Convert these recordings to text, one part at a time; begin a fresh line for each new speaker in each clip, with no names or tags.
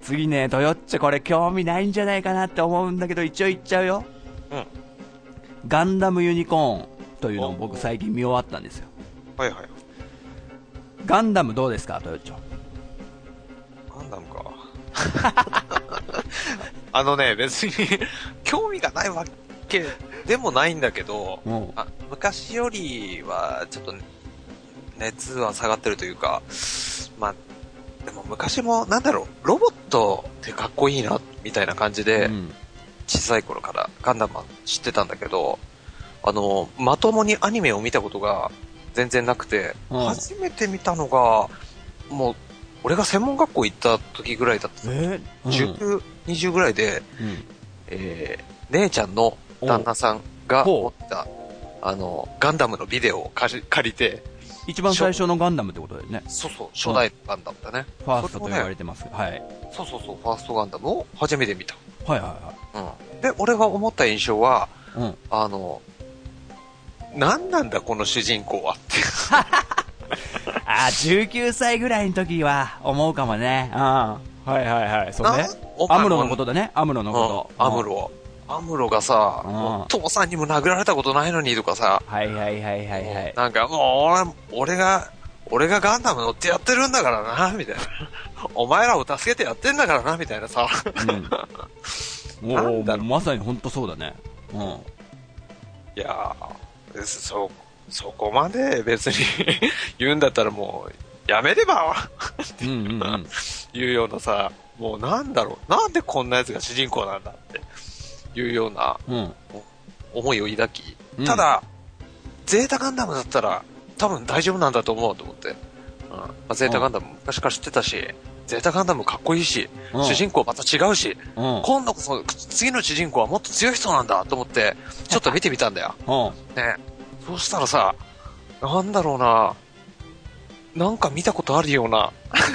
次ね、どよっちょこれ興味ないんじゃないかなって思うんだけど、一応言っちゃうよ。
うん。
ガンダムユニコーンというのを僕最近見終わったんですよ。
はいはい。
ガンダムどうですか、トヨッチョ。
ガンダムか。 あのね、別に、 興味がないわけでもないんだけど、
うん。
あ昔よりは、ちょっとね、熱は下がってるというか、まあ、でも昔も、なんだろう、ロボットってかっこいいな、みたいな感じで、
うん
小さい頃からガンダムは知ってたんだけど、あの、まともにアニメを見たことが全然なくて、
うん
初めて見たのが、もう、俺が専門学校行った時ぐらいだった。
え
10、20ぐらいで、
うん。
えー、姉ちゃんの旦那さんが
お
持った、あの、ガンダムのビデオを借り借りて、
一番最初のガンダムってことだよね。
そうそう、初代のガンダムだね。
ファーストと言われてます。はい。
そうそうそう、ファーストガンダムを初めて見た。
はいは
うん。で、俺が思った印象は、
いはい。うん。
あの、何なんだこの主人公はって。
あー、19歳ぐらいの時は思うかもね。うん。はいはいはい。そ
な
アムロのことだね。アムロのこ
う
と。
んアム。ロ。アムロがさ、
うん
お父さんにも殴られたことないのにとかさ、
はいはいはいはいはい。
なんかもう俺、俺が、俺がガンダム乗ってやってるんだからな、みたいな。 お前らを助けてやってんだからな、みたいなさ。
うん。
な
お
ん
お、
だろう
もうまさに本当そうだね。うん。
いやー、そ、そこまで別に 言うんだったらもう、やめれば
うんうんうん。
いうようなさ、もうなんだろう、なんでこんな奴が主人公なんだっていうような
うん。
思いを抱き、
うん
ただ、ゼータガンダムだったら多分大丈夫なんだと思うと思って。うんまあ、ゼータガンダム昔から知ってたし、ゼータガンダムかっこいいし、
うん
主人公また違うし、
うん。
今度こそ次の主人公はもっと強い人なんだと思って、ちょっと見てみたんだよ。
うん。
ね。そうしたらさ、なんだろうな、なんか見たことあるような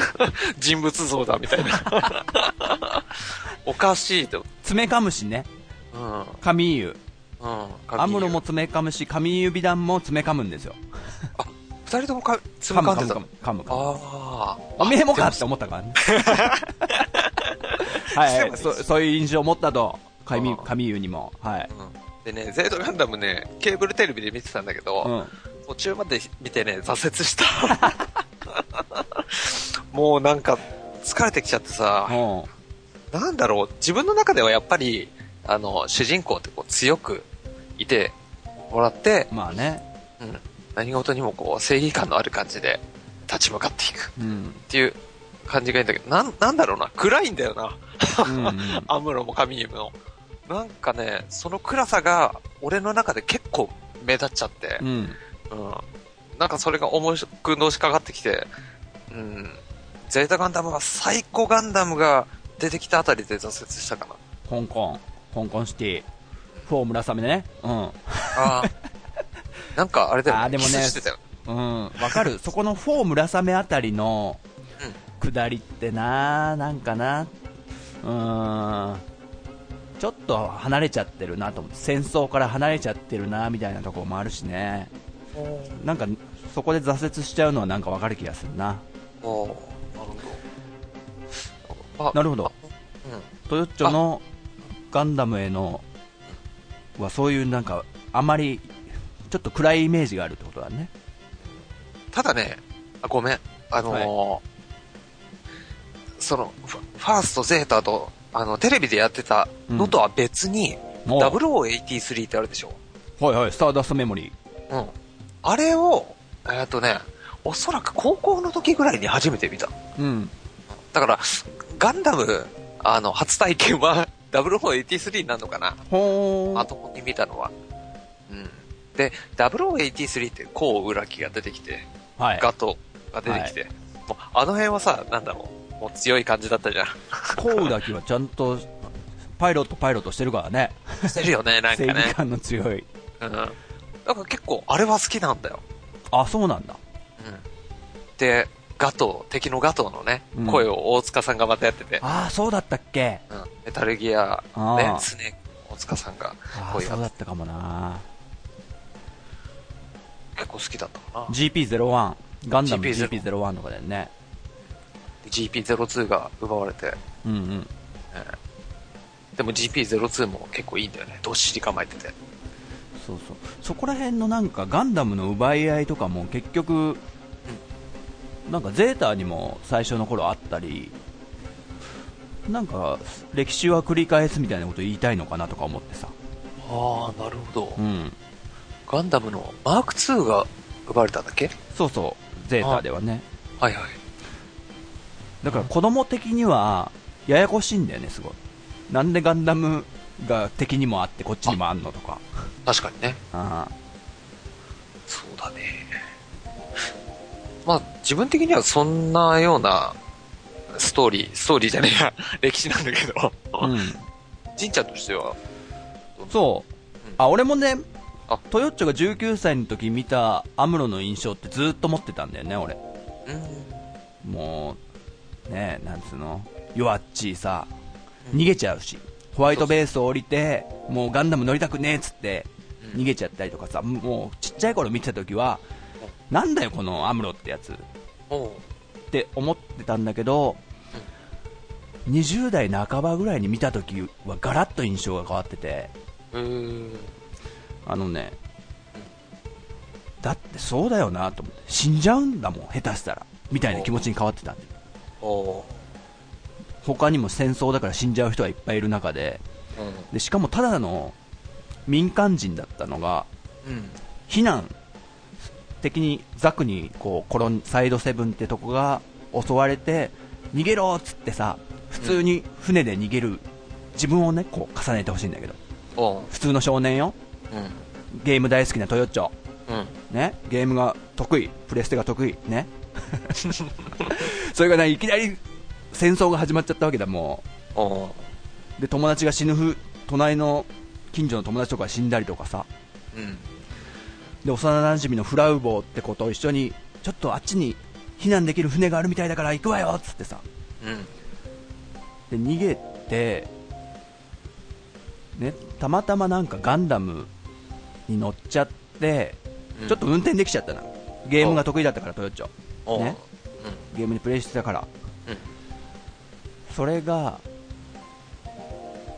人物像だみたいな。 おかしいと。
爪かむしね。
うん。うん。
髪湯。
髪
アムロも。爪かむし、髪指弾も爪かむんですよ。
二人ともか、つ
か
む
む
か
か
んで
む
た
か。む。かむかむ。
ああ。
おめえもかって思ったから ね。はいはい。そそういう印象を持ったと。髪、髪湯にも。はい。
でね、ゼータガンダムね、ケーブルテレビで見てたんだけ
う
ど、
ん。
途中まで見てね、挫折した。 もうなんか、疲れてきちゃってさ、
うん。
なんだろう、自分の中ではやっぱり、あの、主人公ってこう強くいてもらって、
まあね。
うん、何事にもこう正義感のある感じで立ち向かっていく
うん。うん
っていう感じがいいんだけど、なん、なんだろうな、暗いんだよな。
うん。うん
アムロもカミユも。なんかね、その暗さが俺の中で結構目立っちゃって
う、ん。
うん。なんかそれが重くのしかかってきて、うん。ゼータガンダムはサイコガンダムが出てきたあたりで挫折したかな。
香港。香港シティ。フォームラサメね。うん。
ああ。なんかあれだよ、ね。
あーでもね
キスしてたよ。
うん、わかる、そこの4村雨あたりの
うん
下りってな、なんかな、うーん、ちょっと離れちゃってるなと思って、戦争から離れちゃってるなみたいなところもあるしね、なんかそこで挫折しちゃうのはなんかわかる気がするな、
おーなるほど。あ
なるほど、
うん。
トヨッチョのガンダムへのはそういうなんか、あまりちょっと暗いイメージがあるってことだね。
ただね、あごめん。あのーそのファ、ファースト、ゼータと、あの、テレビでやってたのとは別に、
おう
0083ってあるでしょ。
はいはい、スターダストメモリー。
うん。あれを、えーっとね、おそらく高校の時ぐらいに初めて見た。
うん、
だから、ガンダム、あの、初体験は0083になるのかな
ほーん
まともに見たのは。うん。で、0083って、こう裏木が出てきて、
はい、
ガトが出てきて、もうあの辺はさ、なんだろう、もう強い感じだったじ ゃん。
コウだけはちゃんとパイロットパイロットしてるからね
してるよね、なんか
正義
ね。
感の強い
うん。だから結構、あれは好きなんだよ。
あそうなんだ
うん。で、ガトー、敵のガトーのね
うん、
声を大塚さんがまたやってて、
ああそうだったっけ
うん。メタルギア、
あ
ね
ー、
スネーク、大塚さんが
あー
声
そうだ
が
ったかもな
結構好きだったかな。
GP01 ガンダム
GP01
GP01 とかだよね
GP02 が奪われて、
うんうん。
でも GP02 も結構いいんだよね。どっしり構えてて。
そうそう。そこら辺のなんかガンダムの奪い合いとかも結局、なんかゼータにも最初の頃あったり、なんか歴史は繰り返すみたいなこと言いたいのかなとか思ってさ。
ああ、なるほど
うん。
ガンダムのマーク2が奪われたんだっけ
そうそう、ゼータではね。
はいはい。
だから子供的にはややこしいんだよね、すごい。なんでガンダムが敵にもあってこっちにもあんのとか。
確かにね。
あ
そうだね。まあ、自分的にはそんなようなストーリー、ストーリーじゃねえや、 歴史なんだけど、
あうん。
じんちゃんとしては、
そう
うん。
あ、俺もね
あ、
トヨッチョが19歳の時見たアムロの印象ってずーっと持ってたんだよね、俺。
うん、
もう、ねえ、なんつうの弱っちいさ、逃げちゃうし、ホワイトベースを降りて、もうガンダム乗りたくねえっつって、
うん
逃げちゃったりとかさ、もうちっちゃい頃見てた時は、なんだよこのアムロってやつっ
おう
て思ってたんだけど、20代半ばぐらいに見た時はガラッと印象が変わってて、
うーん、
あのね、だってそうだよなと思って、死んじゃうんだもん、下手したら、みたいな気持ちに変わってたんで、
おう
他にも戦争だから死んじゃう人はいっぱいいる中で、でしかもただの民間人だったのが、
うん、うん、
避難的にザクにこうコロンサイドセブンってとこが襲われて、逃げろっつってさ、普通に船で逃げる、自分をね、こう重ねてほしいんだけど、
おう
普通の少年よ、
うん、
ゲーム大好きなトヨッチョ。
うん、
ね、ゲームが得意、プレステが得意、ね、 それがね、いきなり戦争が始まっちゃったわけだ、も
おう
う、で友達が死ぬふ、隣の近所の友達とかが死んだりとかさ、
うん、
で幼馴染のフラウボーって子と一緒に、ちょっとあっちに避難できる船があるみたいだから行くわよっつってさ、
うん、
で逃げて、ね、たまたまなんかガンダムに乗っちゃって、
うん
ちょっと運転できちゃったな、ゲームが得意だったから、トヨッチョ。
おう
ねゲームにプレイしてたから、
うん
それが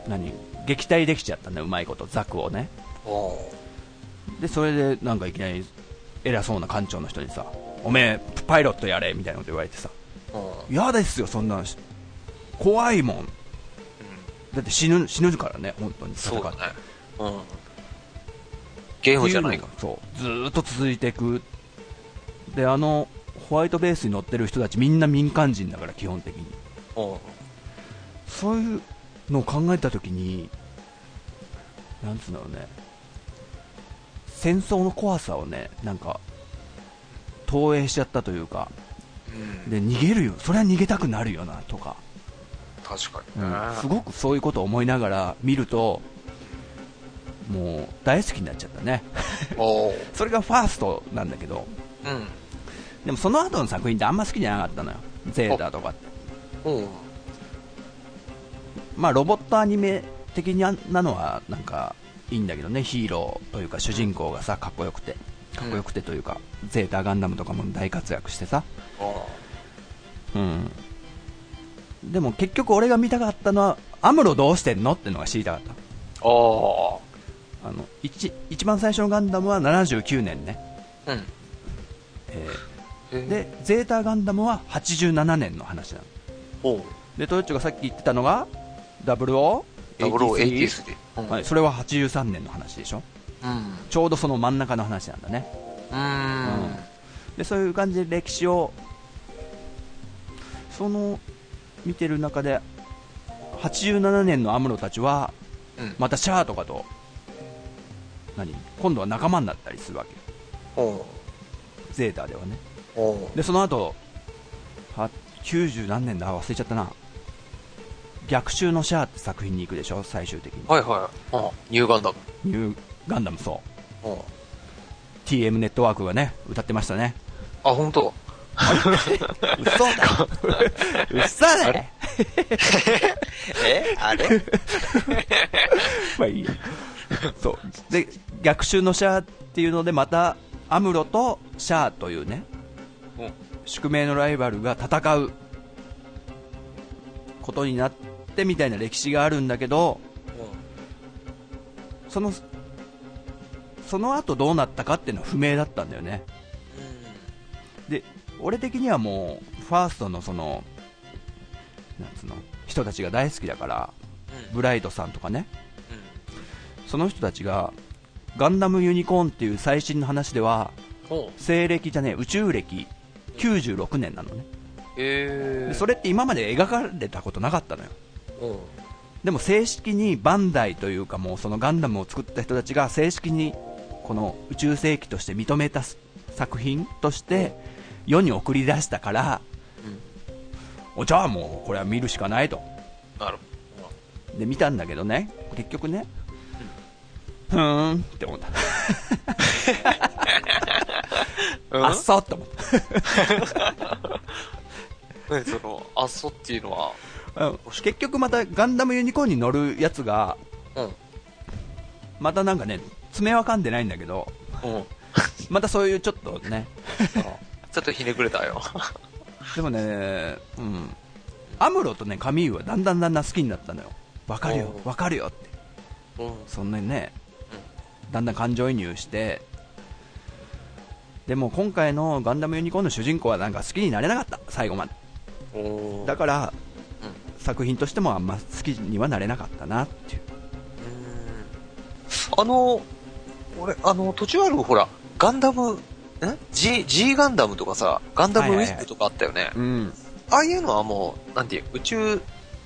何撃退できちゃったんだようまいことザクをね
うん、おう
でそれでなんかいきなり偉そうな艦長の人にさおめえパイロットやれみたいなこと言われてさ
おう
嫌ですよそんなのし怖いもんだって死ぬ死ぬからね本当に戦
そう
って
だね。うん。ゲームじゃないか。
そうずーっと続いていくであのホワイトベースに乗ってる人たちみんな民間人だから基本的に
おう
そういうのを考えたときに、なんつうんだろうね、戦争の怖さをね、なんか、投影しちゃったというか、
うん。
で、逃げるよ、それは逃げたくなるよな、とか、
確かにね。
すごくそういうことを思いながら見ると、もう大好きになっちゃったね。
おう
それがファーストなんだけど、
うん。
でもその後の作品ってあんま好きじゃなかったのよ。ゼータとかって。
おう
まあ、ロボットアニメ的にあなのはなんかいいんだけどね、ヒーローというか主人公がさ、かっこよくて、かっこよくてというか、ゼータガンダムとかも大活躍してさ、
おう
うん、でも結局俺が見たかったのは、アムロどうしてんのってのが知りたかっ
あ
た。あの一一番最初のガンダムは79年ね、
あ。うん。
え
え
ー、でゼータガンダムは87年の話なの
おう
でトヨッチョがさっき言ってたのが 00?
0083で。うん
はい、それは83年の話でしょ
うん。
ちょうどその真ん中の話なんだね
うーん。
でそういう感じで歴史をその見てる中で87年のアムロたちは
うん。
またシャアとかと何今度は仲間になったりするわけ
おう
ゼータではね
おう
でその後は90何年だ忘れちゃったな逆襲のシャアって作品に行くでしょ最終的に、
はいはい。あニューガンダム。
ニューガンダムそう
おう
TM ネットワークがね歌ってましたね
あ、本当。
嘘だ嘘だね
えあれ
まあいいやそうで逆襲のシャアっていうのでまたアムロとシャアというね
うん。
宿命のライバルが戦うことになってみたいな歴史があるんだけどそのその後どうなったかっていうのは不明だったんだよねで俺的にはもうファーストのそのなんつうの人たちが大好きだからブライドさんとかねその人たちがガンダムユニコーンっていう最新の話では西暦じゃねえ宇宙歴96年なのね
え
で
ー、
それって今まで描かれたことなかったのよ
うん
でも正式にバンダイというかもうそのガンダムを作った人たちが正式にこの宇宙世紀として認めたす作品として世に送り出したから、おじゃあもうこれは見るしかないと
なる
で見たんだけどね結局ねふーんって思った、
ほど。
あっそうって思っ
ね、その、あっそっていうのは、
た、うん結局またガンダムユニコーンに乗るやつが
うん。
またなんかね爪は噛んでないんだけど
うん。
またそういうちょっとね
ちょっとひねくれたよ。
でもね、うん、アムロとね、カミーユはだんだんだんだん好きになったのよ。わかるよ
お、う
わかるよって。
うん。
そんなにね、だんだん感情移入して、でも今回のガンダムユニコーンの主人公はなんか好きになれなかった、最後まで。
お
だから、
うん
作品としてもあんま好きにはなれなかったなっていう。
あの、俺、あの、途中あるほら、ガンダム、ん ?G、G ガンダムとかさ、ガンダムウィッグとかあったよね。
うん。
ああいうのはもう、なんていう、宇宙、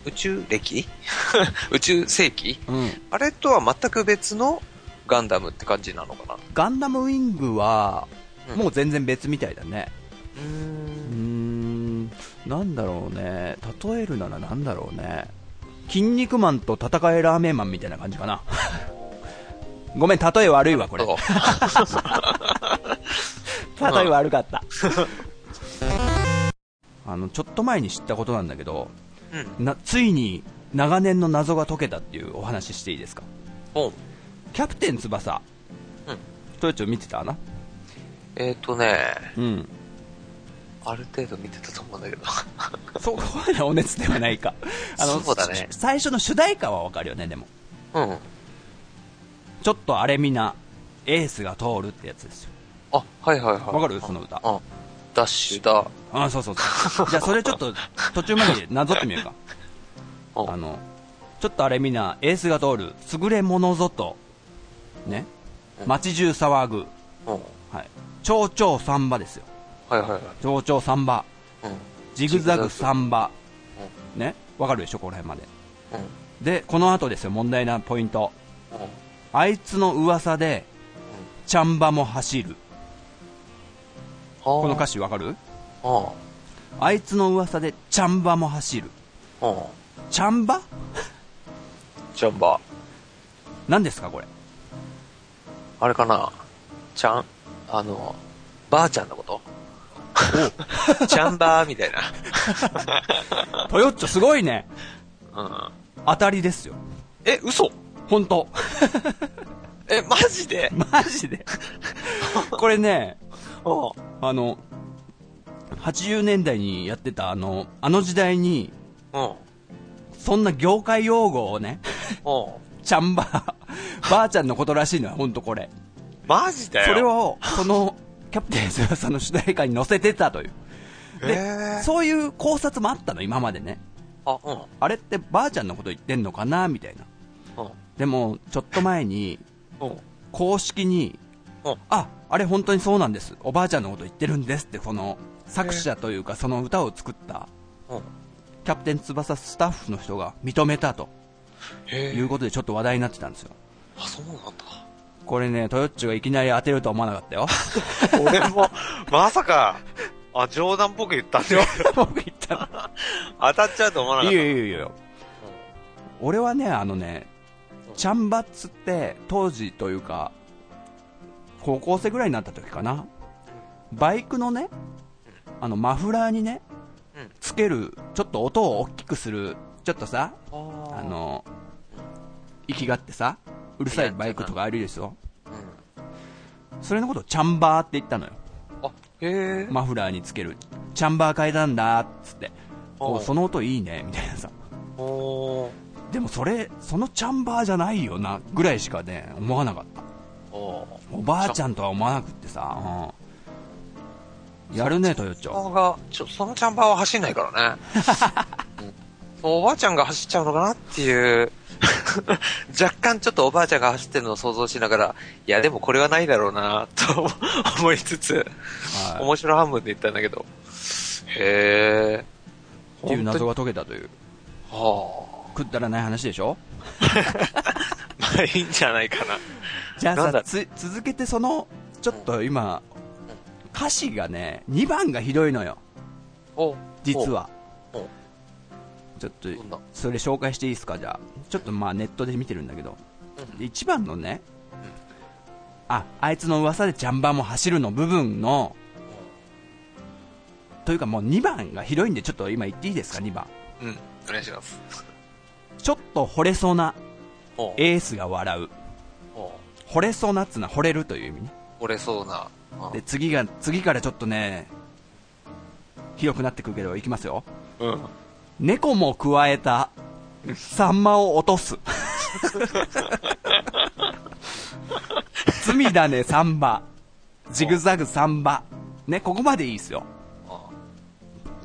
宇宙歴 宇宙世紀
うん。
あれとは全く別のガンダムって感じなのかな。
ガンダムウィングは、
うん
もう全然別みたいだね。
う
うー
ん。
ん、なんだろうね、例えるならなんだろうね、筋肉マンと戦えラーメンマンみたいな感じかな。 ごめん、例え悪いわ、これ。
そう。
例え悪かった。 あの、ちょっと前に知ったことなんだけど、
うん。
な、ついに長年の謎が解けたっていうお話していいですか
おう
キャプテン翼。
うん
トヨチョ見てたな。
えっ、ー、とね、
うん。
ある程度見てたと思うんだけど。
そこまでお熱ではないか。あの、
そうだね
し最初の主題歌はわかるよね、でも。
うん。
ちょっとあれみな、エースが通るってやつですよ。
あ、はいはいはい。
わかるその歌
うん。ダッシュだ。
あそうそうそう。じゃあそれちょっと、途中までなぞって みようか。
うん
あの、ちょっとあれみな、エースが通る、優れものぞと、ね、街中騒ぐ、
うん。はい
はい。蝶々サンバですよ。
はいはい。
蝶々サンバ、
うん。
ジグザグサンバ、ね、わかるでしょ、ここら辺まで。
うん。
で、この後ですよ、問題なポイント。
うん。
あいつの噂で、チャンバも走る。
こ
この歌詞わかる
あ
あいつの噂で、チャンバも走る。
あ。うん。
チャンバ
ジャンバー。
何ですかこれ
あれかなちゃん、あの、ばあちゃんのことちゃんばーみたい
トヨッチョすごいね
な。うん。
当たりですよ
え、嘘
本当
え、マジで
マジでこれね
うん。
あの80年代にやってたあのあの時代に
うん。うん。
そんな業界用語をねチャンバーばあちゃんのことらしいのは本当これ
マジだよ。
それをそのキャプテン翼の主題歌に載せてたというで、
へー
そういう考察もあったの今までね
あ、うん。
あれってばあちゃんのこと言ってんのかなみたいな
う
でもちょっと前に
ん。うん。
公式に
うん、
あ、あれ本当にそうなんです。おばあちゃんのこと言ってるんですって、この作者というか、その歌を作った、
うん。
キャプテン翼スタッフの人が認めたと
へ
い
え
う。ことでちょっと話題になってたんですよ。
あ、そうなんだ。
これね、トヨッチョがいきなり当てるとは思わなかった よ。
俺も、まさか、あ、冗談っぽく言ったんだよ。
僕言ったの
当たっちゃうと思わなかっ
いい
た。
よいいよいいよ。俺はね、あのね、チャンバっつって、当時というか、高校生ぐらいになった時かな。バイクのね、あの、マフラーにね
うん、
つける、ちょっと音を大きくする、ちょっとさ、
あー
あ、の、息がってさ、うるさいバイクとかあるでしょ
うん。
それのことをチャンバーって言ったのよ。
あ、へえ。
マフラーにつける。チャンバー階段だーっつって。
おう
おその音いいね、みたいなさ。
おー
でもそれそのチャンバーじゃないよなぐらいしかね思わなかった
おー
おばあちゃんとは思わなくってさ、うん、やるねトヨッチ
チャ
ョ
ンバーが、ちょ、そのチャンバーは走んないからね。 うんおばあちゃんが走っちゃうのかなっていう。 若干ちょっとおばあちゃんが走ってるのを想像しながら、いやでもこれはないだろうなと思いつつ、
はい
面白半分で言ったんだけど。へえ。
っていう謎
は
が解けたという
あ。
くだらない話でしょ
まあいいんじゃないかな。
じゃあ
なん
さ
だ
つ続けてそのちょっと今歌詞がね2番がひどいのよ
お
実。は
おお
ちょっと
どんな
それ紹介していいですかじゃあちょっとまあネットで見てるんだけど
うん
で1番のねああいつの噂でジャンバーも走るの部分のというかもう2番がひどいんでちょっと今言っていいですか2番
うん。お願いします。
ちょっと惚れそうな
お
エースが笑う
お
惚れそうなっつうのは惚れるという意味ね
折れそうな。
で次が次からちょっとねひどくなってくるけどいきますよ
うん。
猫もくわえたサンマを落とす罪だねサンマジグザグサンマねここまでいいっすよ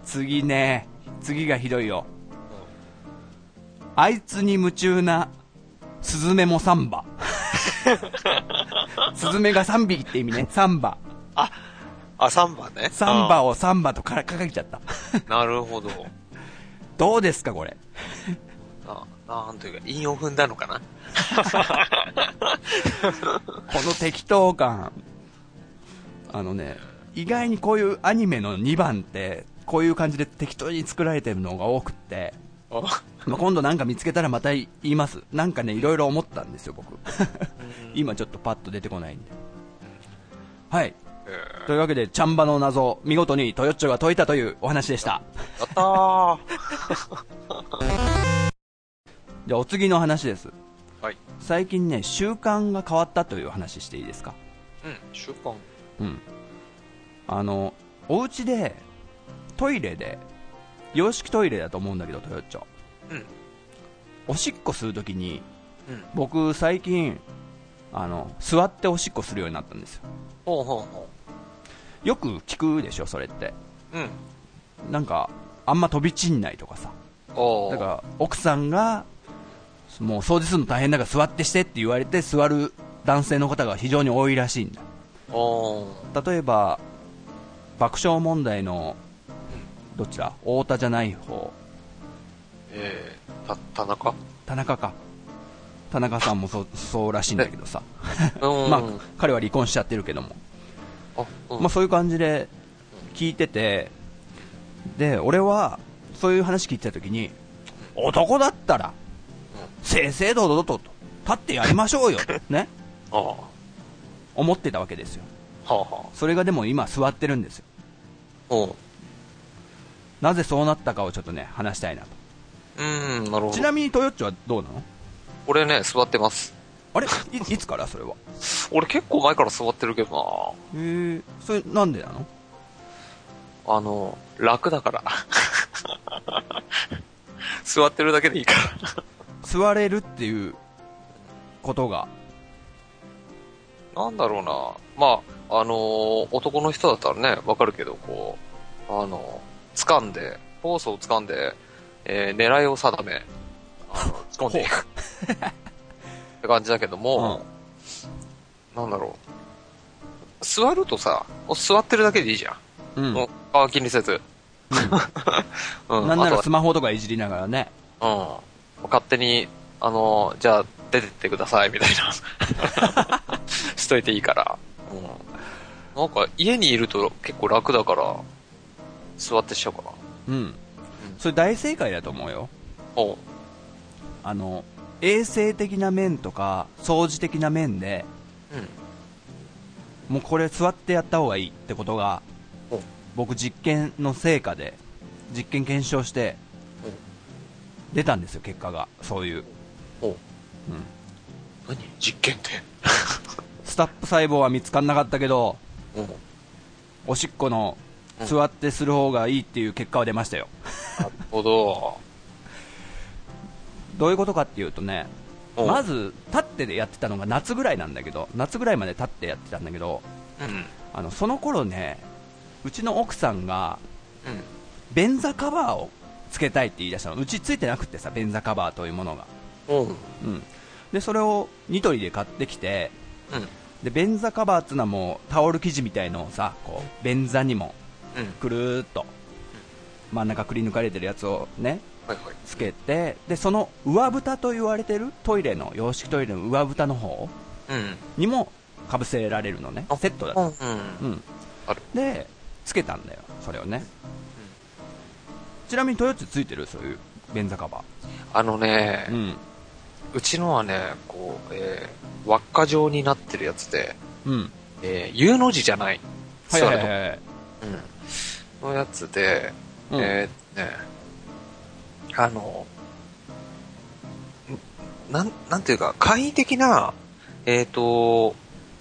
次ね次がひどいよあいつに夢中なスズメもサンバスズメが3匹って意味ねサンバ
あ、3番ね。
サンバ
を。
をサンバとから掲げちゃった
なるほど。
どうですかこれ
あなんというか、韻を踏んだのかな。
この適当感あのね意外にこういうアニメの2番ってこういう感じで適当に作られてるのが多くって、まあ今度なんか見つけたらまた言いますなんかねいろいろ思ったんですよ僕今ちょっとパッと出てこないんではいというわけでチャンバの謎見事にトヨッチョが解いたというお話でした
やったー。
じゃあお次の話です
はい。
最近ね習慣が変わったという話していいですか
うん、習慣。
うん、あのお家でトイレで洋式トイレだと思うんだけどトヨッチョ
うん。
おしっこするときに
うん。
僕最近あの座っておしっこするようになったんですよ
ほうほうほ
よく聞くでしょそれって
う。うん。
なんかあんま飛び散んないとかさ
おー
だから奥さんがもう掃除するの大変だから座ってしてって言われて座る男性の方が非常に多いらしいんだ
おー
例えば爆笑問題のどちら太田じゃない方
えー、た、田 中
田中か田中さんもそうそうらしいんだけどさ、
うん
まあ、彼は離婚しちゃってるけども、
あ、うん。
まあ、そういう感じで聞いててで俺はそういう話聞いてた時に男だったら正々堂々とと立ってやりましょう よとね
あーは
思ってたわけですよ
あは
それがでも今座ってるんですよ
あ。うん。
なぜそうなったかをちょっとね話したいなと
うん、なるほ
ち
ど
な。みにトヨッチョはどうなの
俺ね、座ってます。
あれいいつからそれは
俺結構前から座ってるけど
へえそれなんでなの
なあの、楽だから。 座ってるだけでいいから。
座れるっていうことが
なんだろうな。まあ、あのー男の人だったらね、わかるけど、こう、あのー掴んで、ポーズを掴んで、えー狙いを定め、あの、突っ込んでいく。って感じだけども、なんだろう。座るとさ、もう座ってるだけでいいじゃん。
うん
もう、あー気にせず。 うん、
なんな
あと
ら
は
スマホとかいじりながらね
うん。もう勝手に、あの、じゃあ、出てってください、みたいな。 しといていいから。うん。なんか、家にいると結構楽だから、座ってしちゃうかな。
うんそれ大正解だと思うよ
おう
あの衛生的な面とか掃除的な面で
うん。
もうこれ座ってやった方がいいってことが
お
僕実験の成果で実験検証して出たんですよ結果がそういう、
おう
うん、
何実験って。
スタップ細胞は見つかんなかったけど
おう
おしっこの
うん
座ってする方がいいっていう結果は出ましたよ
なるほど。
どういうことかっていうとね、
うん
まず立ってやってたのが夏ぐらいなんだけど、夏ぐらいまで立ってやってたんだけど、
うん。うん。
あのその頃ね、うちの奥さんが便座カバーをつけたいって言い出したの、うちついてなくってさ、便座カバーというものが、
うん。
うん、でそれをニトリで買ってきて、
うん。
で便座カバーっていうのはもうタオル生地みたいのをさ、こう便座にも
うん。
くるーっと真ん中くり抜かれてるやつをね
はいはい。
つけてでその上蓋と言われてるトイレの洋式トイレの上蓋の方
うん。
にもかぶせられるのね
あ
セットだ
う
っ
ん。
た、うん
ある、
でつけたんだよそれをね、ちなみにトヨッチついてるそういう便座カバ
あのね
ー、、うん
うちのはね、こう、えー、輪っか状になってるやつで、
うん
えー、U の字じゃない。
はいはいはい
い。
はい
うん。のやつで、
うん
えー、ね、あの、んなん、なんていうか、簡易的な、えっ、と、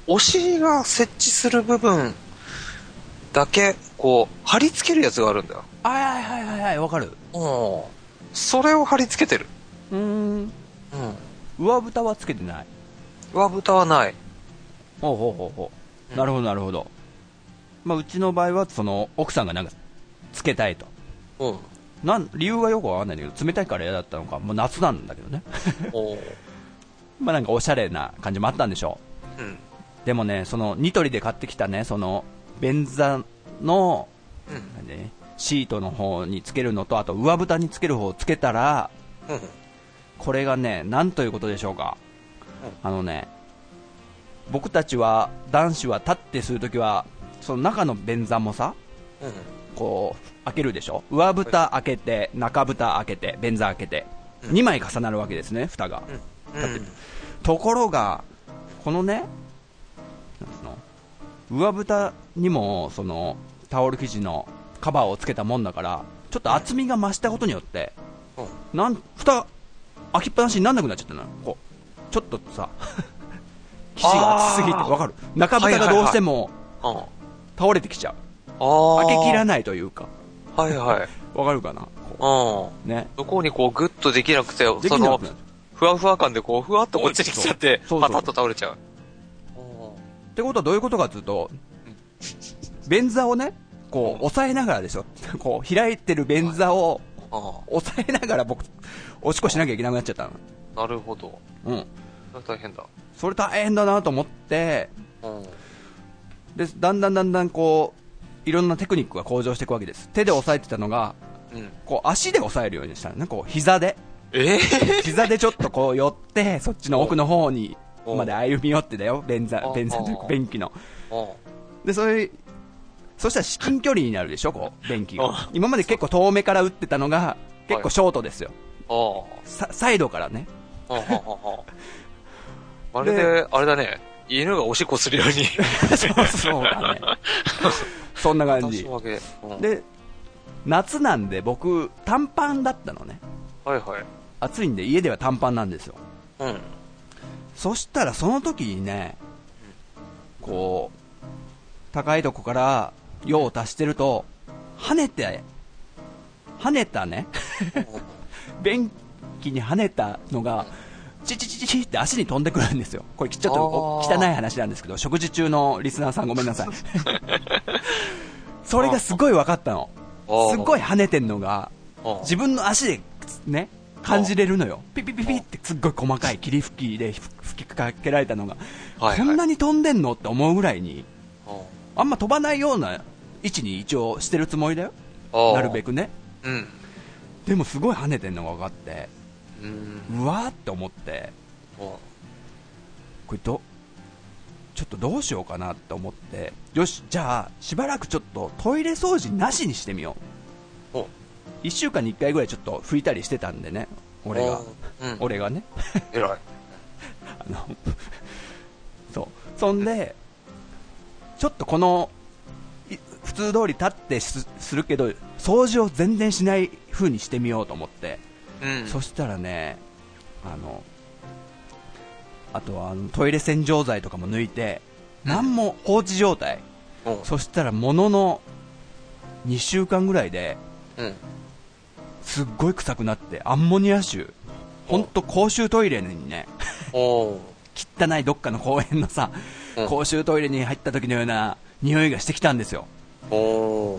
お尻が設置する部分だけ、こう、貼り付けるやつがあるんだよ。
はいはいはいはいわかる
うん。それを貼り付けてる。
うーん
うん。
上蓋はつけてない
上蓋はない。
ほうほうほうほ
う
うんなるほどなるほど、まあ、うちの場合はその奥さんがなんかつけたいと
うん。
なん理由がよくわかんないんだけど冷たいから嫌だったのかもう夏なんだけどね
おう
まあなんかおしゃれな感じもあったんでしょ
うん。
うでもねそのニトリで買ってきたねその便座の、
うん。
ね、シートの方につけるのとあと上蓋につける方をつけたら
うん。
これがねなんということでしょうかあのね僕たちは男子は立ってするときはその中の便座もさ
うん。
こう開けるでしょ上蓋開けて中蓋開けて便座開けて
うん
2枚重なるわけですね蓋が、
うん。
だってところがこのねなんつうの上蓋にもそのタオル生地のカバーをつけたもんだからちょっと厚みが増したことによって
うん。
なん蓋開きっぱなしにならなくなっちゃったのよこうちょっとさ 生地が厚すぎて
あー
わかる中蓋がどうしても
うん。あ
倒れてきちゃう、
あ。
開けきら
ない。
ないというか
はいはい。
わかるかなこ
うん。
うね
向こうにこうグッとできなくて、
で
そ
きな
の
くなっちゃう
ふわふわ感でこうふわっとこっちに来ちゃって
そうそう
パタッと倒れちゃう。お
ってことはどういうことかというと、便座をね、こう、押さえながらですよ。 こう、開いてる便座を
ーあ
押さえながら僕、おしっこしなきゃいけなくなっちゃった
あ、なるほど。
の。うん。
それ大変だ。
それ大変だなと思って、
うん。
で、だんだんだんだんこう、いろんなテクニックが向上していくわけです。手で押さえてたのが、
うん。
こう、足で押さえるようにしたのね。こう、膝で。
えー、
膝でちょっとこう寄って、そっちの奥の方に、
おう
まで歩み寄ってだよ。便座
お、う
便座という
お
か
う
便器の。
うん。
で、それ、そしたら至近距離になるでしょ、こう、電気が
あ。
今まで結構遠目から打ってたのが、結構ショートですよ。
あ
さサイドからね。
あ。うんうんうんうんまるで、あれだね。犬がおしっこするように。
そうそうだね。そんな感
出
じ
す。わけ。うん
で、夏なんで僕、短パンだったのね。
はいはい。
暑いんで家では短パンなんですよ。
うん。
そしたらその時にね、こう、高いとこから用を足してると、跳ねて、跳ねたね、便器に跳ねたのが、チチチチチって足に飛んでくるんですよ。これちょっとお
あ
汚
ー
い話なんですけど、食事中のリスナーさんごめんなさ い。それがすごい分かったの。 すごい跳ねてんのが、
うん。
自分の足でね、感じれるのよ。ピピピピってすっごい細かい霧吹きでふ吹きかけられたのが、
はいはい
こんなに飛んでんのって思うぐらいに、
うん
あんま飛ばないような位置に一応してるつもりだよ。
ああ
なるべくね。
うん。
でもすごい跳ねてんのが分かって、
うん。
うわーって思って、
うん
これどちょっとどうしようかなって思ってよしじゃあしばらくちょっとトイレ掃除なしにしてみよう
お
1週間に1回ぐらいちょっと拭いたりしてたんでね俺が。
うん。
俺がね
偉い。
あのそうそんでちょっとこのい普通通り立ってすするけど掃除を全然しない風にしてみようと思って
うん。
そしたらね、あの、あとはあのトイレ洗浄剤とかも抜いて、なんも放置状態。
うん
そしたらものの2週間ぐらいで、
うん。
すっごい臭くなって、アンモニア臭。ほんと公衆トイレにね、
おー
汚いどっかの公園のさ
うん、
公衆トイレに入った時のような匂いがしてきたんですよ。
おー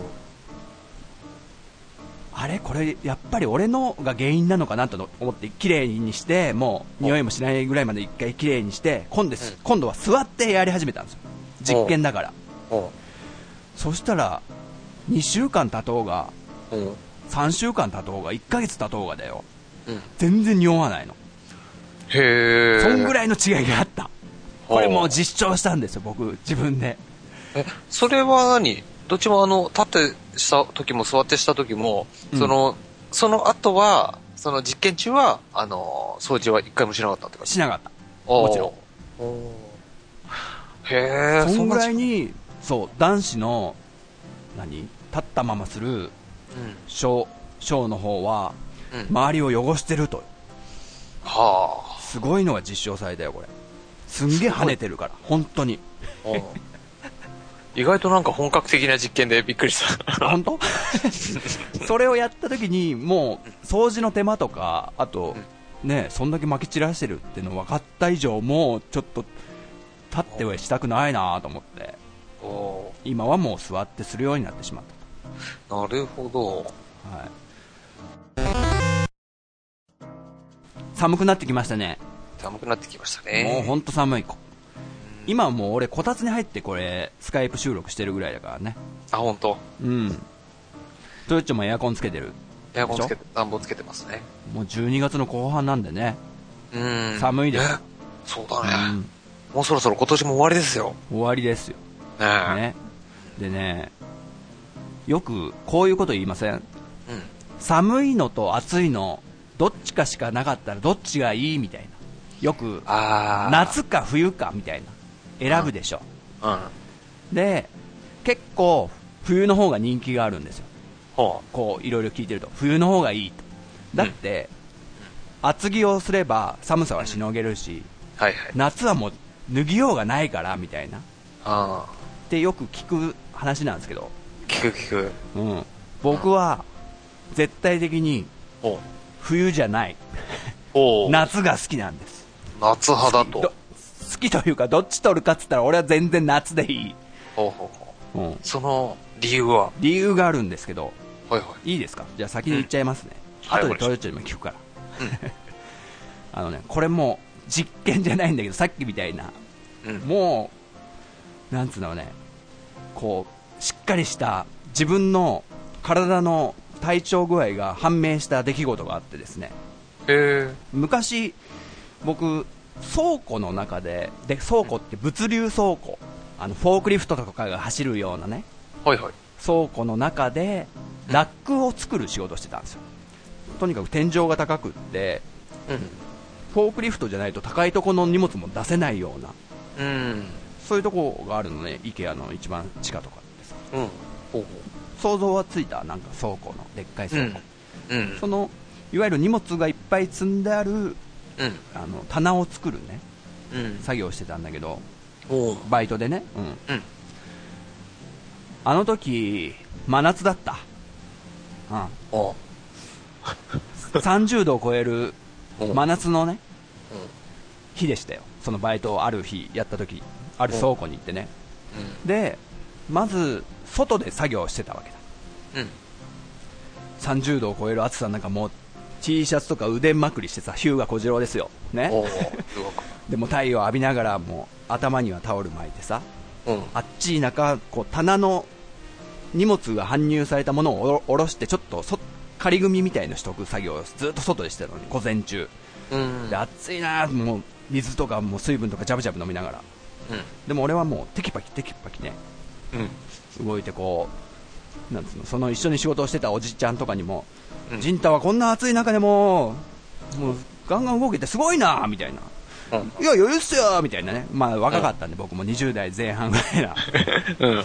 あれこれ、やっぱり俺のが原因なのかなと思って、綺麗にして、もう匂いもしないぐらいまで一回綺麗にして、今度です
うん
今度は座ってやり始めたんですよ。実験だから。
お
そしたら、2週間経とうが、
ーうん
3週間経とうが、1ヶ月経とうがだよ。
うん
全然匂わないの。
へえ
そんぐ
い
らいの違いがあった。これもう実証したんですよ、僕、自分で。
えそれは何どっちもあの立ってした時も座ってした時も、
うん
そのその後はその実験中はあの掃除は一回もしなかったって感じ
しなかった。
も
もちろん
へえ
そんぐら
う
いに、そう、男子の、何立ったままする小、小の方は、
うん、うん
周りを汚してると。
は
すごいのが実証されたよ、これ。すんげえ跳ねてるから、本当に。
あうん意外となんか本格的な実験でびっく りした
本当それをやった時に、もう、掃除の手間とか、あと、ね、そんだけ撒き散らしてるっていうの分かった以上、もう、ちょっと、立ってはしたくないなと思って、
お
今はもう座ってするようになってしまった。
ーなるほど
はい、寒くなってきましたね、
寒くなってきました
もう
ね
本当寒い、こ今はもう俺、こたつに入ってこれ、スカイプ収録してるぐらいだからね、
あ本当
うん、トヨッチョもエアコンつけてる、
エアコンつけて暖房つけてますね
もう12月の後半なんでね、
うん
寒いです
ねそうだ
う
ね、
ん、
もうそろそろ今年も終わりですよ
終わりですよ、
ねえ
ね、でね、よくこういうこと言いません、
うん
寒いのと暑いの、どっちかしかなかったら、どっちがいいみたいな、よく
ああ。
夏か冬かみたいな選ぶでしょ
うん。
で結構冬の方が人気があるんですよ
ほ
こういろいろ聞いてると冬の方がいいとだって、厚着をすれば寒さはしのげるし
う。はいはい。
夏はもう脱ぎようがないからみたいなっ
あ
てよく聞く話なんですけど、
あ。聞く聞く。
うん、僕は絶対的に
ほう。
冬じゃない
ほう。
夏が好きなんです
夏派だと
ど。好きというかどっち取るかっつったら俺は全然夏でいい、
ほうほうほ
うん
う。、その理由は
理由があるんですけど
はいはい。
いいですかじゃあ先に言っちゃいますね、
うん
後
は
で
い
トヨッチョにも聞くから、 あのねこれもう実験じゃないんだけどさっきみたいな
うん。
もうなんつうのねこうしっかりした自分の体の体調具合が判明した出来事があってですね
へえ。
昔僕倉庫の中でで倉庫って物流倉庫あのフォークリフトとかが走るようなね
はいはい。
倉庫の中でラックを作る仕事をしてたんですよとにかく天井が高くってフォークリフトじゃないと高いとこの荷物も出せないような
うん。うん。
そういうとこがあるのね IKEA の一番地下とかってさ
うん。ほうほ。
想像はついたなんか倉庫のでっかいう
う
倉
ん
庫、。
うん
そ。のいわゆる荷物がいっぱい積んである
うん。
あの棚を作るね
うん。
作業してたんだけど
ほう。
バイトでね、うん、
うん。
あの時真夏だった、 う
ほ
ん、30度を超える
う。
真夏のね日でしたよ、そのバイトをある日やった時ある倉庫に行ってね、でまず外で作業してたわけだ、
うん。うん。
30度を超える暑さなんかもう T シャツとか腕まくりしてさ、ヒューガ小次郎ですよ、
ほ
ね、
う。すごく。
でもう太陽浴びながら、もう頭にはタオル巻いてさ、
うん。
あっちい中、こう棚の荷物が搬入されたものをおろ下ろして、ちょっとそ仮組みみたいのしとく作業をずっと外でしてたのに、午前中、
うん。
で暑いな、もう水とかもう水分とかジャブジャブ飲みながら、でも俺はもうテキパキテキパキね、
うん。うん。
動いてこう、なんつうの、その一緒に仕事をしてたおじちゃんとかにも、
うん
ジンタはこんな暑い中でも、もうガンガン動けてすごいなみたいな、
うん
いや、余裕っすよみたいなね、まあ若かったんで、僕も20代前半ぐらいな
うん。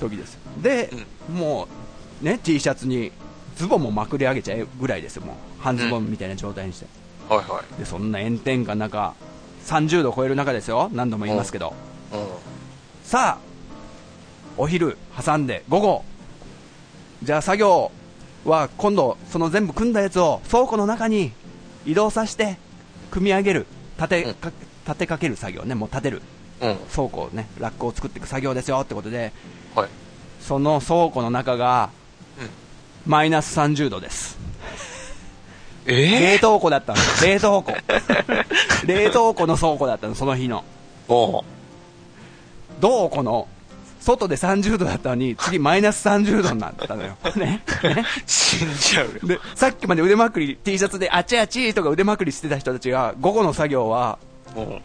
時ですよ、で、もうね、T シャツにズボンもまくり上げちゃうぐらいですよ、もう半ズボンみたいな状態にして、
はいは
でそんな炎天下の中、30度超える中ですよ、何度も言いますけど。
い。うん。
さあ、お昼挟んで午後、じゃあ作業は今度、その全部組んだやつを倉庫の中に移動させて、組み上げる、立て
うん
か立てかける作業ね、もう立てる、
うん。
倉庫をね、ラックを作っていく作業ですよってことで、
はい。
その倉庫の中が、
うん
マイナス30度です。
え
冷凍庫だったの。冷凍 庫。冷凍庫の倉庫だったの、その日の。
ー、も
どうこの、外で30度だったのに、次マイナス30度になったのよ。ね。ね
う、死んじゃうよ。
で、さっきまで腕まくり、T シャツであちあちとか腕まくりしてた人たちが、午後の作業は、
も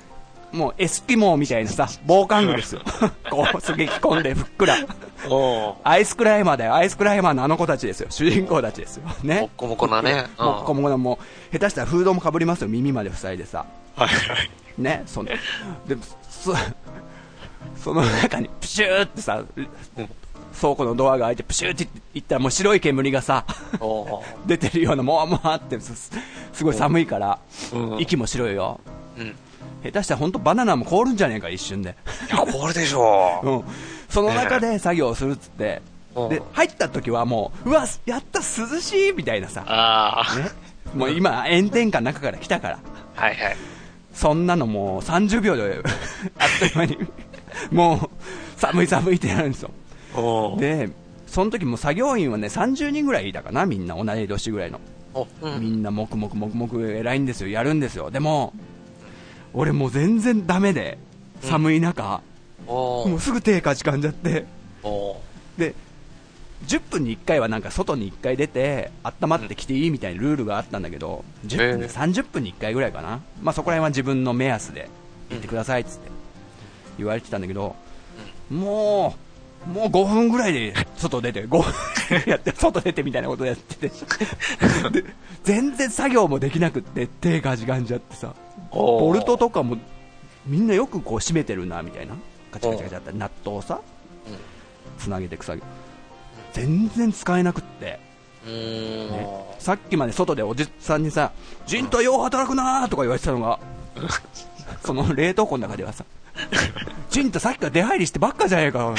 もうエスキモーみたいなさ、防寒具ですよ。こう、すげえ着込んでふっくら。
う、も
アイスクライマーだよ。アイスクライマーのあの子たちですよ。主人公たちですよ。
う、
ね。
もっこもこなね。うん。
もうこもこだもう下手したらフードもかぶりますよ、耳まで塞いでさ、
はいはい。
ね、そのでそその中にプシューってさ、倉庫のドアが開いて、プシューっていったら、もう白い煙がさ、
おう
出てるような、もわもわってす、すごい寒いから、
うん
息も白いよ、
うん。い
下手したら本当、バナナも凍るんじゃねえか、一瞬で、
や、これでしょ
う。ん、その中で作業するっつって、
うん
で入った時はもう、うわ、やった、涼しいみたいなさ、
あ
ね、もう今、炎天下の中から来たから。
あ、はいはい。
そんなのもう30秒であっという間に、もう寒い寒いってなるんですよ。
おう
で、その時もう作業員はね、30人ぐらいいたかな、みんな、同い年ぐらいの。
おう
み
ん。
んな、黙々黙々偉いんですよ、やるんですよ。でも、俺もう全然ダメで、寒い中、
お
もう
う
すぐ手かじかんじゃって、
おう
で、10分に1回はなんか外に1回出て、温まってきていいみたいなルールがあったんだけど、10分で
ええ
30分に1回ぐらいかな、まあ、そこら辺は自分の目安で行ってくださいっつって言われてたんだけど、もう、もう5分ぐらいで外出て、5分 やって、外出てみたいなことやってて、で全然作業もできなくって、手がじがんじゃってさ、
おう
ボルトとかもみんなよくこう締めてるなみたいな、カチャカチャカチャって、納豆をさ、
うん
つなげていく作業全然使えなくって、
うーん。
ねさっきまで外でおじさんにさ「人体よう働くな」とか言われてたのがその冷凍庫の中ではさ「人体さっきから出入りしてばっかじゃねえかおい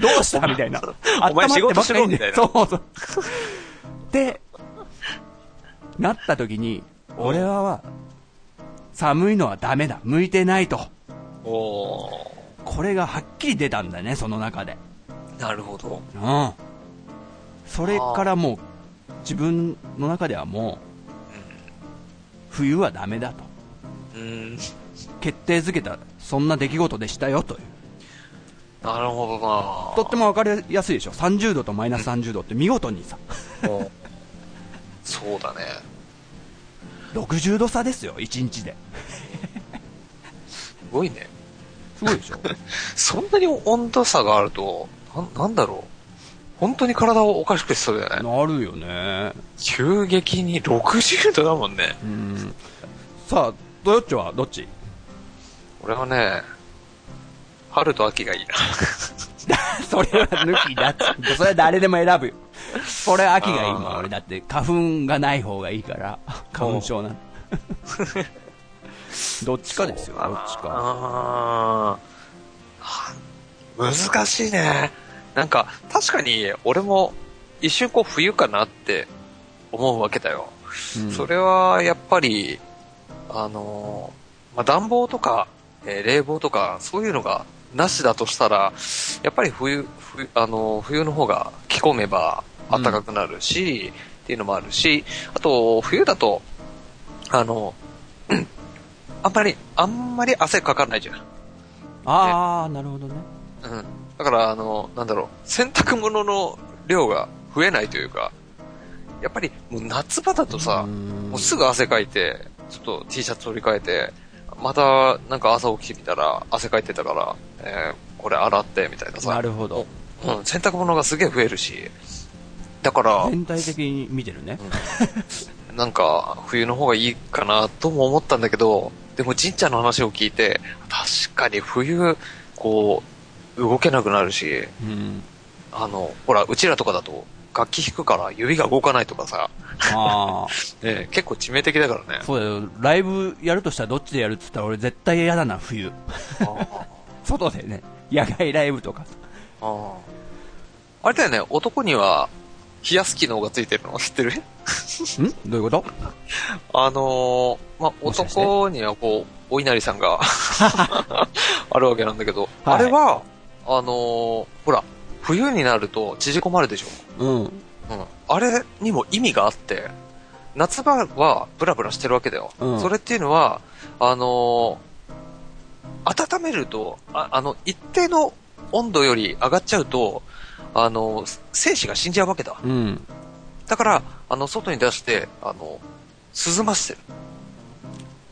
どうした?」みたいな「
お前仕事しろみたいな
温まってばっかりでそうそうでなった時に俺は寒いのはダメだ向いてないと
おう
これがはっきり出たんだねその中で
なるほど。
うん、それからもう自分の中ではもう冬はダメだと
うん。
決定づけたそんな出来事でしたよという
なるほ
と
ど
っても分かりやすいでしょ30度とマイナス30度って見事にさ
なおうそうだね。
60度差ですよ1日です
ごいね。
すごいでしょ
そんなに温度差があると、なんなんだろう。本当に体をおかしくしそうだよね。
なるよね
急激に60度だもんね。
うんさあドヨッチョはどっち
俺はね、春と秋がいいな。
それは抜きだって。それは誰でも選ぶよ。これ秋がいいも
あ
ん、
ー
俺だって。花粉がない方がいいから。花粉症な の。どっちかですよ、ど
あ
っちか。
ーは難しいね。なんか、確かに俺も一瞬こう冬かなって思うわけだよ。
うん
それはやっぱり、あのーまあ、暖房とか、えー冷房とか、そういうのがなしだとしたら、やっぱり冬、冬あのー冬の方が着込めば暖かくなるし、っていうのもあるし、あと、冬だと、あのうんあんまり、あんまり汗かかないじゃん。
ああ、なるほどね。
うん。だから、あの、なんだろう、洗濯物の量が増えないというか、やっぱりもう夏場だとさ、
うん
もうすぐ汗かいて、ちょっと T シャツ取り替えて、またなんか朝起きてみたら汗かいてたから、えーこれ洗ってみたいな
な
さ、
るほど。
うん、洗濯物がすげえ増えるし、だから、
全体的に見てるね。
なんか冬の方がいいかなとも思ったんだけど、でも神社の話を聞いて、確かに冬、こう、動けなくなるし、
うん。
あの、ほら、うちらとかだと、楽器弾くから指が動かないとかさ、
あ
ね、結構致命的だから
あ、
ね。
そうだよ。ライブやるとしたらどっちでやるって言ったら俺絶対嫌だな、冬。 外でね。野外ライブとか。
あーあれだよね、男には、冷やす機能がついてるの 知ってる
んどういうこと
あのーまあ、
もしかして
男にはこう、お稲荷さんが あるわけなんだけど、
はい
あれは、あのーほら、冬になると縮こまるでしょ。
うん。
うん。あれにも意味があって、夏場はブラブラしてるわけだよ。
うん
それっていうのは、あのー温めると、ああの、一定の温度より上がっちゃうと、あのー精子が死んじゃうわけだ。
うん。
だから、あの、外に出して、あの、涼ませてる。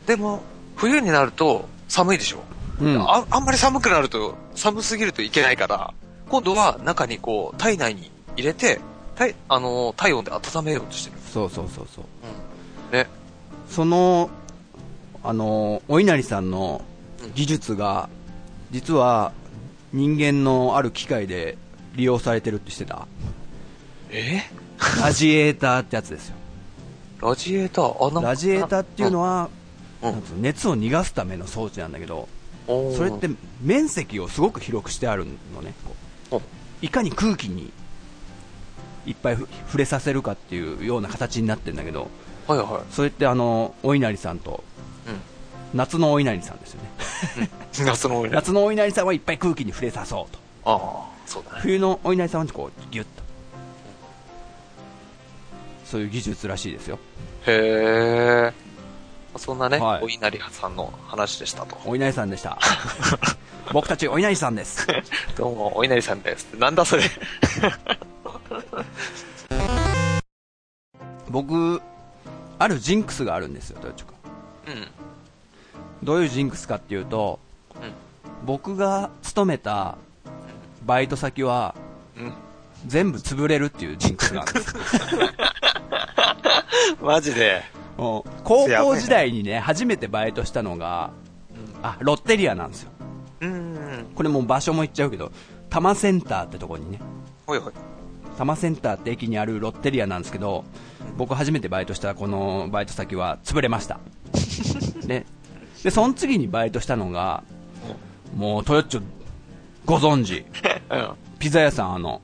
でも、冬になると寒いでしょ、
うん。
ああんまり寒くなると、寒すぎるといけないから、今度は中にこう、体内に入れて、体、あの、体温で温めようとしてる。
そうそうそうそう。
うん。ね。
その、あの、お稲荷さんの技術が、実は人間のある機械で利用されてるってして た。
え
ラジエーターってやつですよ。
ラジエーター、あ、なんか
ラジエーターっていうのは、
うん
なんつうの熱を逃がすための装置なんだけど、
おー
それって面積をすごく広くしてあるのね。こう
うん
いかに空気にいっぱいふ触れさせるかっていうような形になってるんだけど、
はいは
それってあの、お稲荷さんと、
い。うん。
夏のお稲荷さんですよね。
夏の上ね。
夏のお稲荷さんはいっぱい空気に触れさそうと。
ああ、そうだね。
冬のお稲荷さんはこう、ギュッと。そういう技術らしいですよ。
へえ。そんなね、
はい
お稲荷さんの話でしたと。
お稲荷さんでした。僕たちお稲荷さんです。
どうも、お稲荷さんです。なんだそれ。
僕、あるジンクスがあるんですよ、どうちょか
うん。
どういうジンクスかっていうと、僕が勤めたバイト先は、
うん。
全部潰れるっていうジンクスがあるんです。
マジ
う
で。
ん高校時代にね、初めてバイトしたのが、あ、ロッテリアなんですよ。
うん。
これもう場所も言っちゃうけど、多摩センターってとこにね、
ほい ほい。
多摩センターって駅にあるロッテリアなんですけど、僕初めてバイトしたこのバイト先は潰れました。で、で、その次にバイトしたのが、もうトヨッチョ、ご存知、
うん。
ピザ屋さんあの、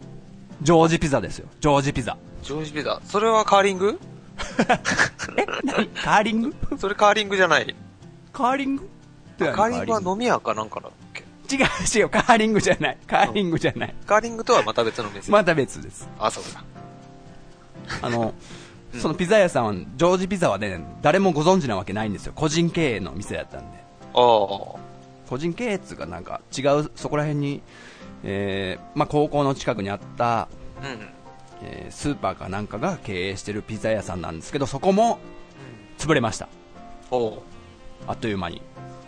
ジョージピザですよ。ジョージピザ。
ジョージ・ビザ。それはカーリング
え何カーリング
それカーリングじゃない。
カーリングって何
カーリングは
カ
飲み屋かなんかだっけ
違う違う、カーリングじゃない。カーリングじゃない。
カーリングとはまた別の店。
また別です。
あ、そうだ。
あの、そのピザ屋さんは、ジョージピザはね、誰もご存知なわけないんですよ。個人経営の店だったんで。
ああ。
個人経営っつうか、なんか違う、そこら辺に、えーまあ高校の近くにあった、
うん。
えースーパーかなんかが経営してるピザ屋さんなんですけど、そこも潰れました。
おう
あっという間に。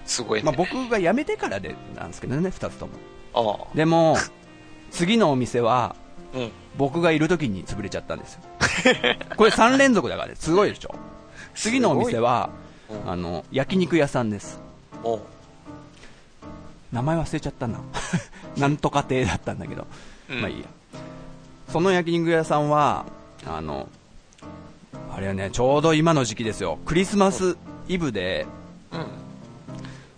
すごいね。
まあ僕が辞めてからでなんですけどね、二つとも。
あ
で も、次のお店は、
あ。うん。
僕がいる時に潰れちゃったんですよ。これ3連続だからね、すごいでしょ。次のお店は、
すごいうん
あの、焼肉屋さんです。
おう
名前忘れちゃったな。 なんとか亭だったんだけど。
うん
まあいいや。その焼肉屋さんは、あの、あれはね、ちょうど今の時期ですよ。クリスマスイブで、
うん。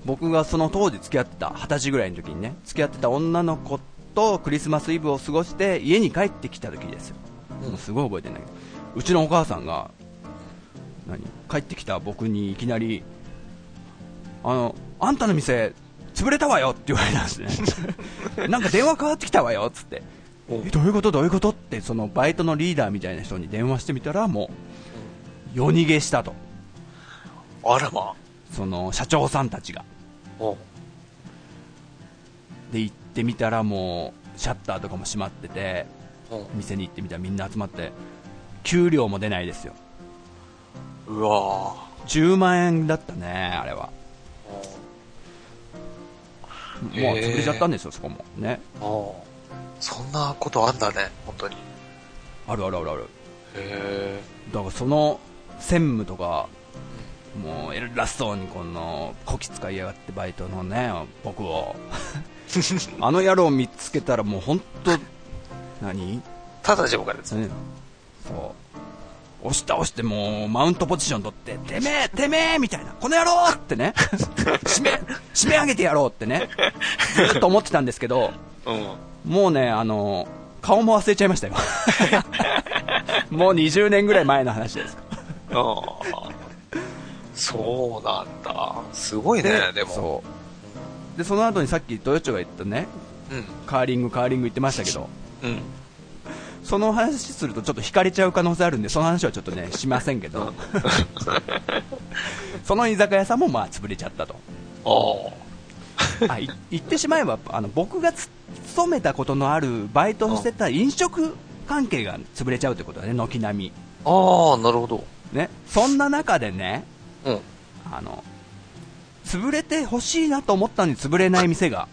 僕がその当時付き合ってた、二十歳ぐらいの時にね、付き合ってた女の子とクリスマスイブを過ごして家に帰ってきた時ですよ。
うん
もうすごい覚えてんだけど。うちのお母さんが、何帰ってきた僕にいきなり、あの、あんたの店、潰れたわよって言われたんです ね。なんか電話かかってきたわよっつって。
おう
えどういうことどういうことって、そのバイトのリーダーみたいな人に電話してみたら、もう、夜逃げしたと。
あらま。
その、社長さんたちが。
おう
で行ってみたらもうシャッターとかも閉まってて
おう
店に行ってみたらみんな集まって給料も出ないですよ
うわぁ。
10万円だったねあれはもう
へー
潰れちゃったんですよそこもね
おうそんなことあんだね、本当に。へ
あるあるあるある
え。
だからその専務とかもう偉そうにこのこき使いやがってバイトのね僕 をあの野郎見つけたらもう本当何
ただじゃおかです。
ね、そう押し倒してもうマウントポジション取っててめえてめえみたいなこの野郎って ね締め締め上げてやろうってねずっと思ってたんですけど
うん。
もうねあの顔も忘れちゃいましたよもう20年ぐらい前の話ですか
ああ。そうなんだ。すごいね、でも。
そうでその後にさっき豊町が言ったね
うん。
カーリングカーリング言ってましたけど
うん。
その話するとちょっと引かれちゃう可能性あるんでその話はちょっとねしませんけ どその居酒屋さんもまあ潰れちゃったと
ああ。
あい言ってしまえばあの僕がつ勤めたことのあるバイトをしてた飲食関係が潰れちゃうということだね軒並
ああ、なるほど。
み、ね、そんな中でね
うん。
あの潰れてほしいなと思ったのに潰れない店が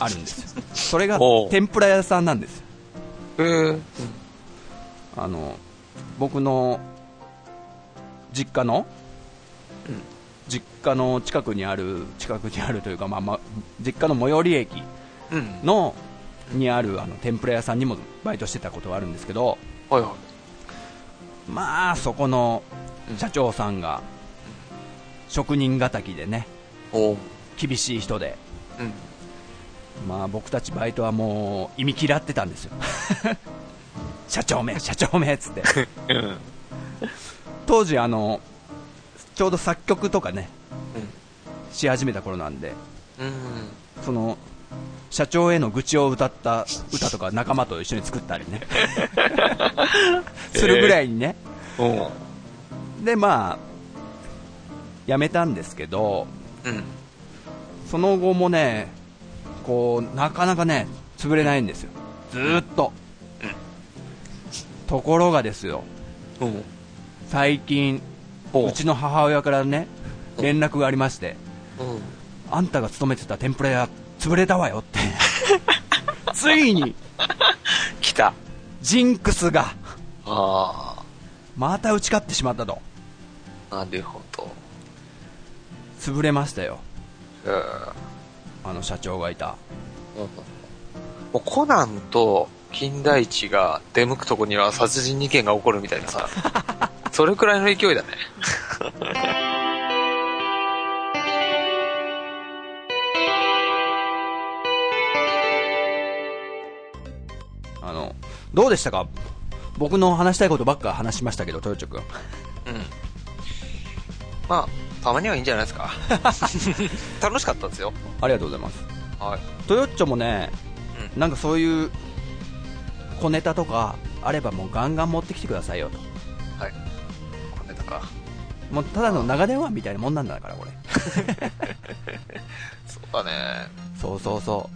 あるんですよそれが
おう
天ぷら屋さんなんですよ
ええ。
あの僕の実家の、
うん
実家の近くにある近くにあるというか、まあまあ、実家の最寄り駅
うん。
のにあるあの天ぷら屋さんにもバイトしてたことはあるんですけど
はいはい。
まあそこの
うん
社長さんが職人敵でね
おう。
厳しい人で、
うん。
まあ、僕たちバイトはもう意味嫌ってたんですよ 社長め社長めっ つって
うん。
当時あのちょうど作曲とかねし始めた頃なんで
うん。
その社長への愚痴を歌った歌とか仲間と一緒に作ったりねするぐらいにね、
うん。
でまあ辞めたんですけど
うん。
その後もねこうなかなかね潰れないんですよずーっと、
うん
ところがですよ
うん。
最近
お
うちの母親からね
うん
連絡がありまして
うん。
あんたが勤めてた天ぷら屋潰れたわよって ついに
来た。
ジンクスが
あ
また打ち勝ってしまったと
あ。なるほど。
潰れましたよ
ええ。
あの社長がいた
もうコナンと金田一が出向くとこには殺人事件が起こるみたいな さ、それくらいの勢いだね。
あのどうでしたか僕の話したいことばっか話しましたけど豊く君
うん。まあ、たまにはいいんじゃないです か。楽しかったですよ。
ありがとうございます
はい。
トヨッチョもね、なんかそういう小ネタとかあればもうガンガン持ってきてくださいよと
はい。こんなネタか。
もうただの長電話みたいなもんなんだからこれ
そうだね。
そうそうそ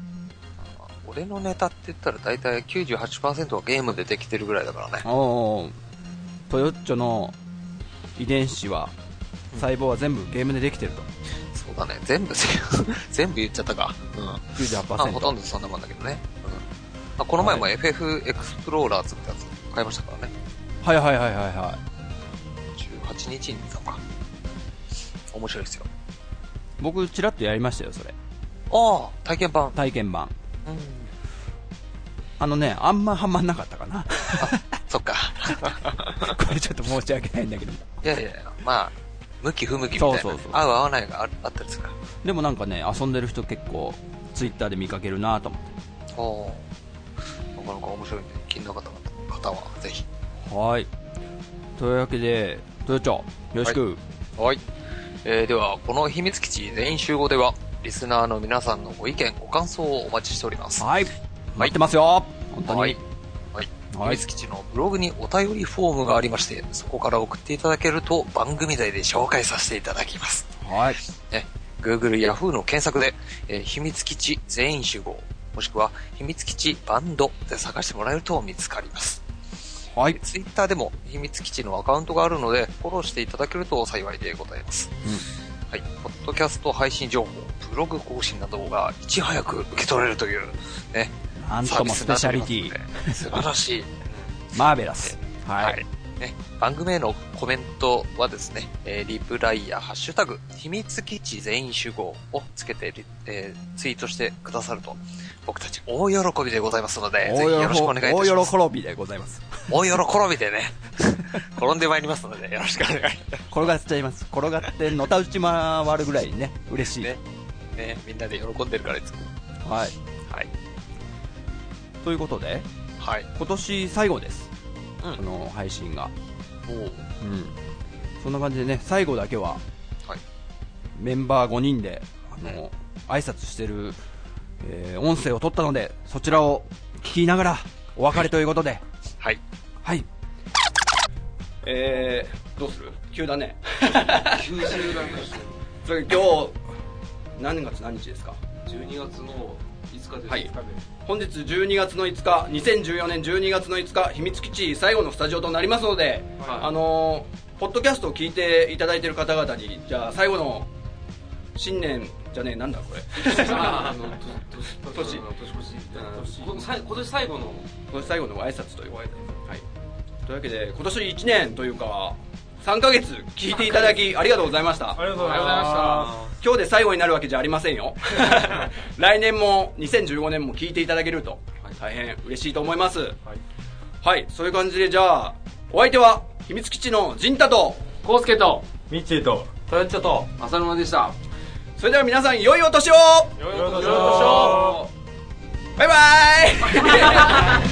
俺のネタって言ったら大体98%はゲームでできてるぐらいだからね
う。おうおうトヨッチョの遺伝子は細胞は全部ゲームでできてると
そうだね。全部、 全部言っちゃったか。うん。まあ、ほ
98%
とんどそんなもんだけどね。うんまあ、この前も FF エクスプローラーズってやつ買いましたからね。
はいはいはいはいは
18日に出たのか。面白いですよ。
い僕ちらっとやりましたよそれ
ああ、体験版。
体験版
うん。
あのねあんまはまんなかったかな
そっか。
これちょっと申し訳ないんだけど
いやいやいや、まあ、向き不向きみたいな。
そうそうそう
合う合わないがああったりするか
でもなんかね遊んでる人結構ツイッターで見かけるなと思って
ら。おお。なかなか面白いんで、気になかった方は、ぜひ。
はい。というわけで、豊町、よろしく。
はい。えーでは、この秘密基地全員集合では、リスナーの皆さんのご意見、ご感想をお待ちしております。
はい。待ってますよ。本当に。
はい。はい。秘
はい
密基地のブログにお便りフォームがありまして、そこから送っていただけると番組内で紹介させていただきます。
はい。
ね、Google、Yahoo の検索で、えー秘密基地全員集合、もしくは秘密基地バンドで探してもらえると見つかります。
はい。
Twitter でも秘密基地のアカウントがあるので、フォローしていただけると幸いでございます。はい。ポッドキャスト配信情報、ブログ更新などがいち早く受け取れるという、ね、
うん。なんともスペシャリティ。
ィ。素晴らしい。
マーベラス。 は
はいい。。ね、番組へのコメントはですね、えーリプライやハッシュタグ、秘密基地全員集合をつけてリ、えーツイートしてくださると、僕たち大喜びでございますので、ぜひよろしくお願いいたし
大
ます。
喜びでございます。
大喜びでね、 転んでまいりますので、よろしくお願いいたし
転がっちゃいます。転がって、のたうち回るぐらいにね、嬉しい。
ねます。ね、みんなで喜んでるからいつも。
はい。
はい。
ということで、
はい。
今年最後です。
うん
この配信が、
おう
うん、そんな感じでね最後だけは、
はい
メンバー5人であの挨拶してる、えー音声を取ったのでそちらを聞きながらお別れということで、
はい。
はいえー、どうする急だ ね
九州大学
それ今日何月何日ですか
12月の5日です
はい本日12月の5日2014年12月の5日秘密基地最後のスタジオとなりますので、
はい
あのーポッドキャストを聞いていただいている方々にじゃあ最後の新年じゃねえなんだこれ
あの
年
年年年越し年今年今年最後の
今年最後のご挨拶というはい、というわけで今年1年というか3ヶ月聞いていただきありがとうございました
ありがとうご
あ
ざい
りがとうございま
ま
し
したた
今日で最後になるわけじゃありませんよ 来年も2015年も聞いていただけると大変嬉しいと思いますはい、そういう感じでじゃあお相手は秘密基地の陣太と
コウスケと
ミッチーと
トヨッチョと浅沼でした
それでは皆さん良いお年を
よ
よろしくお願いします
バイバイ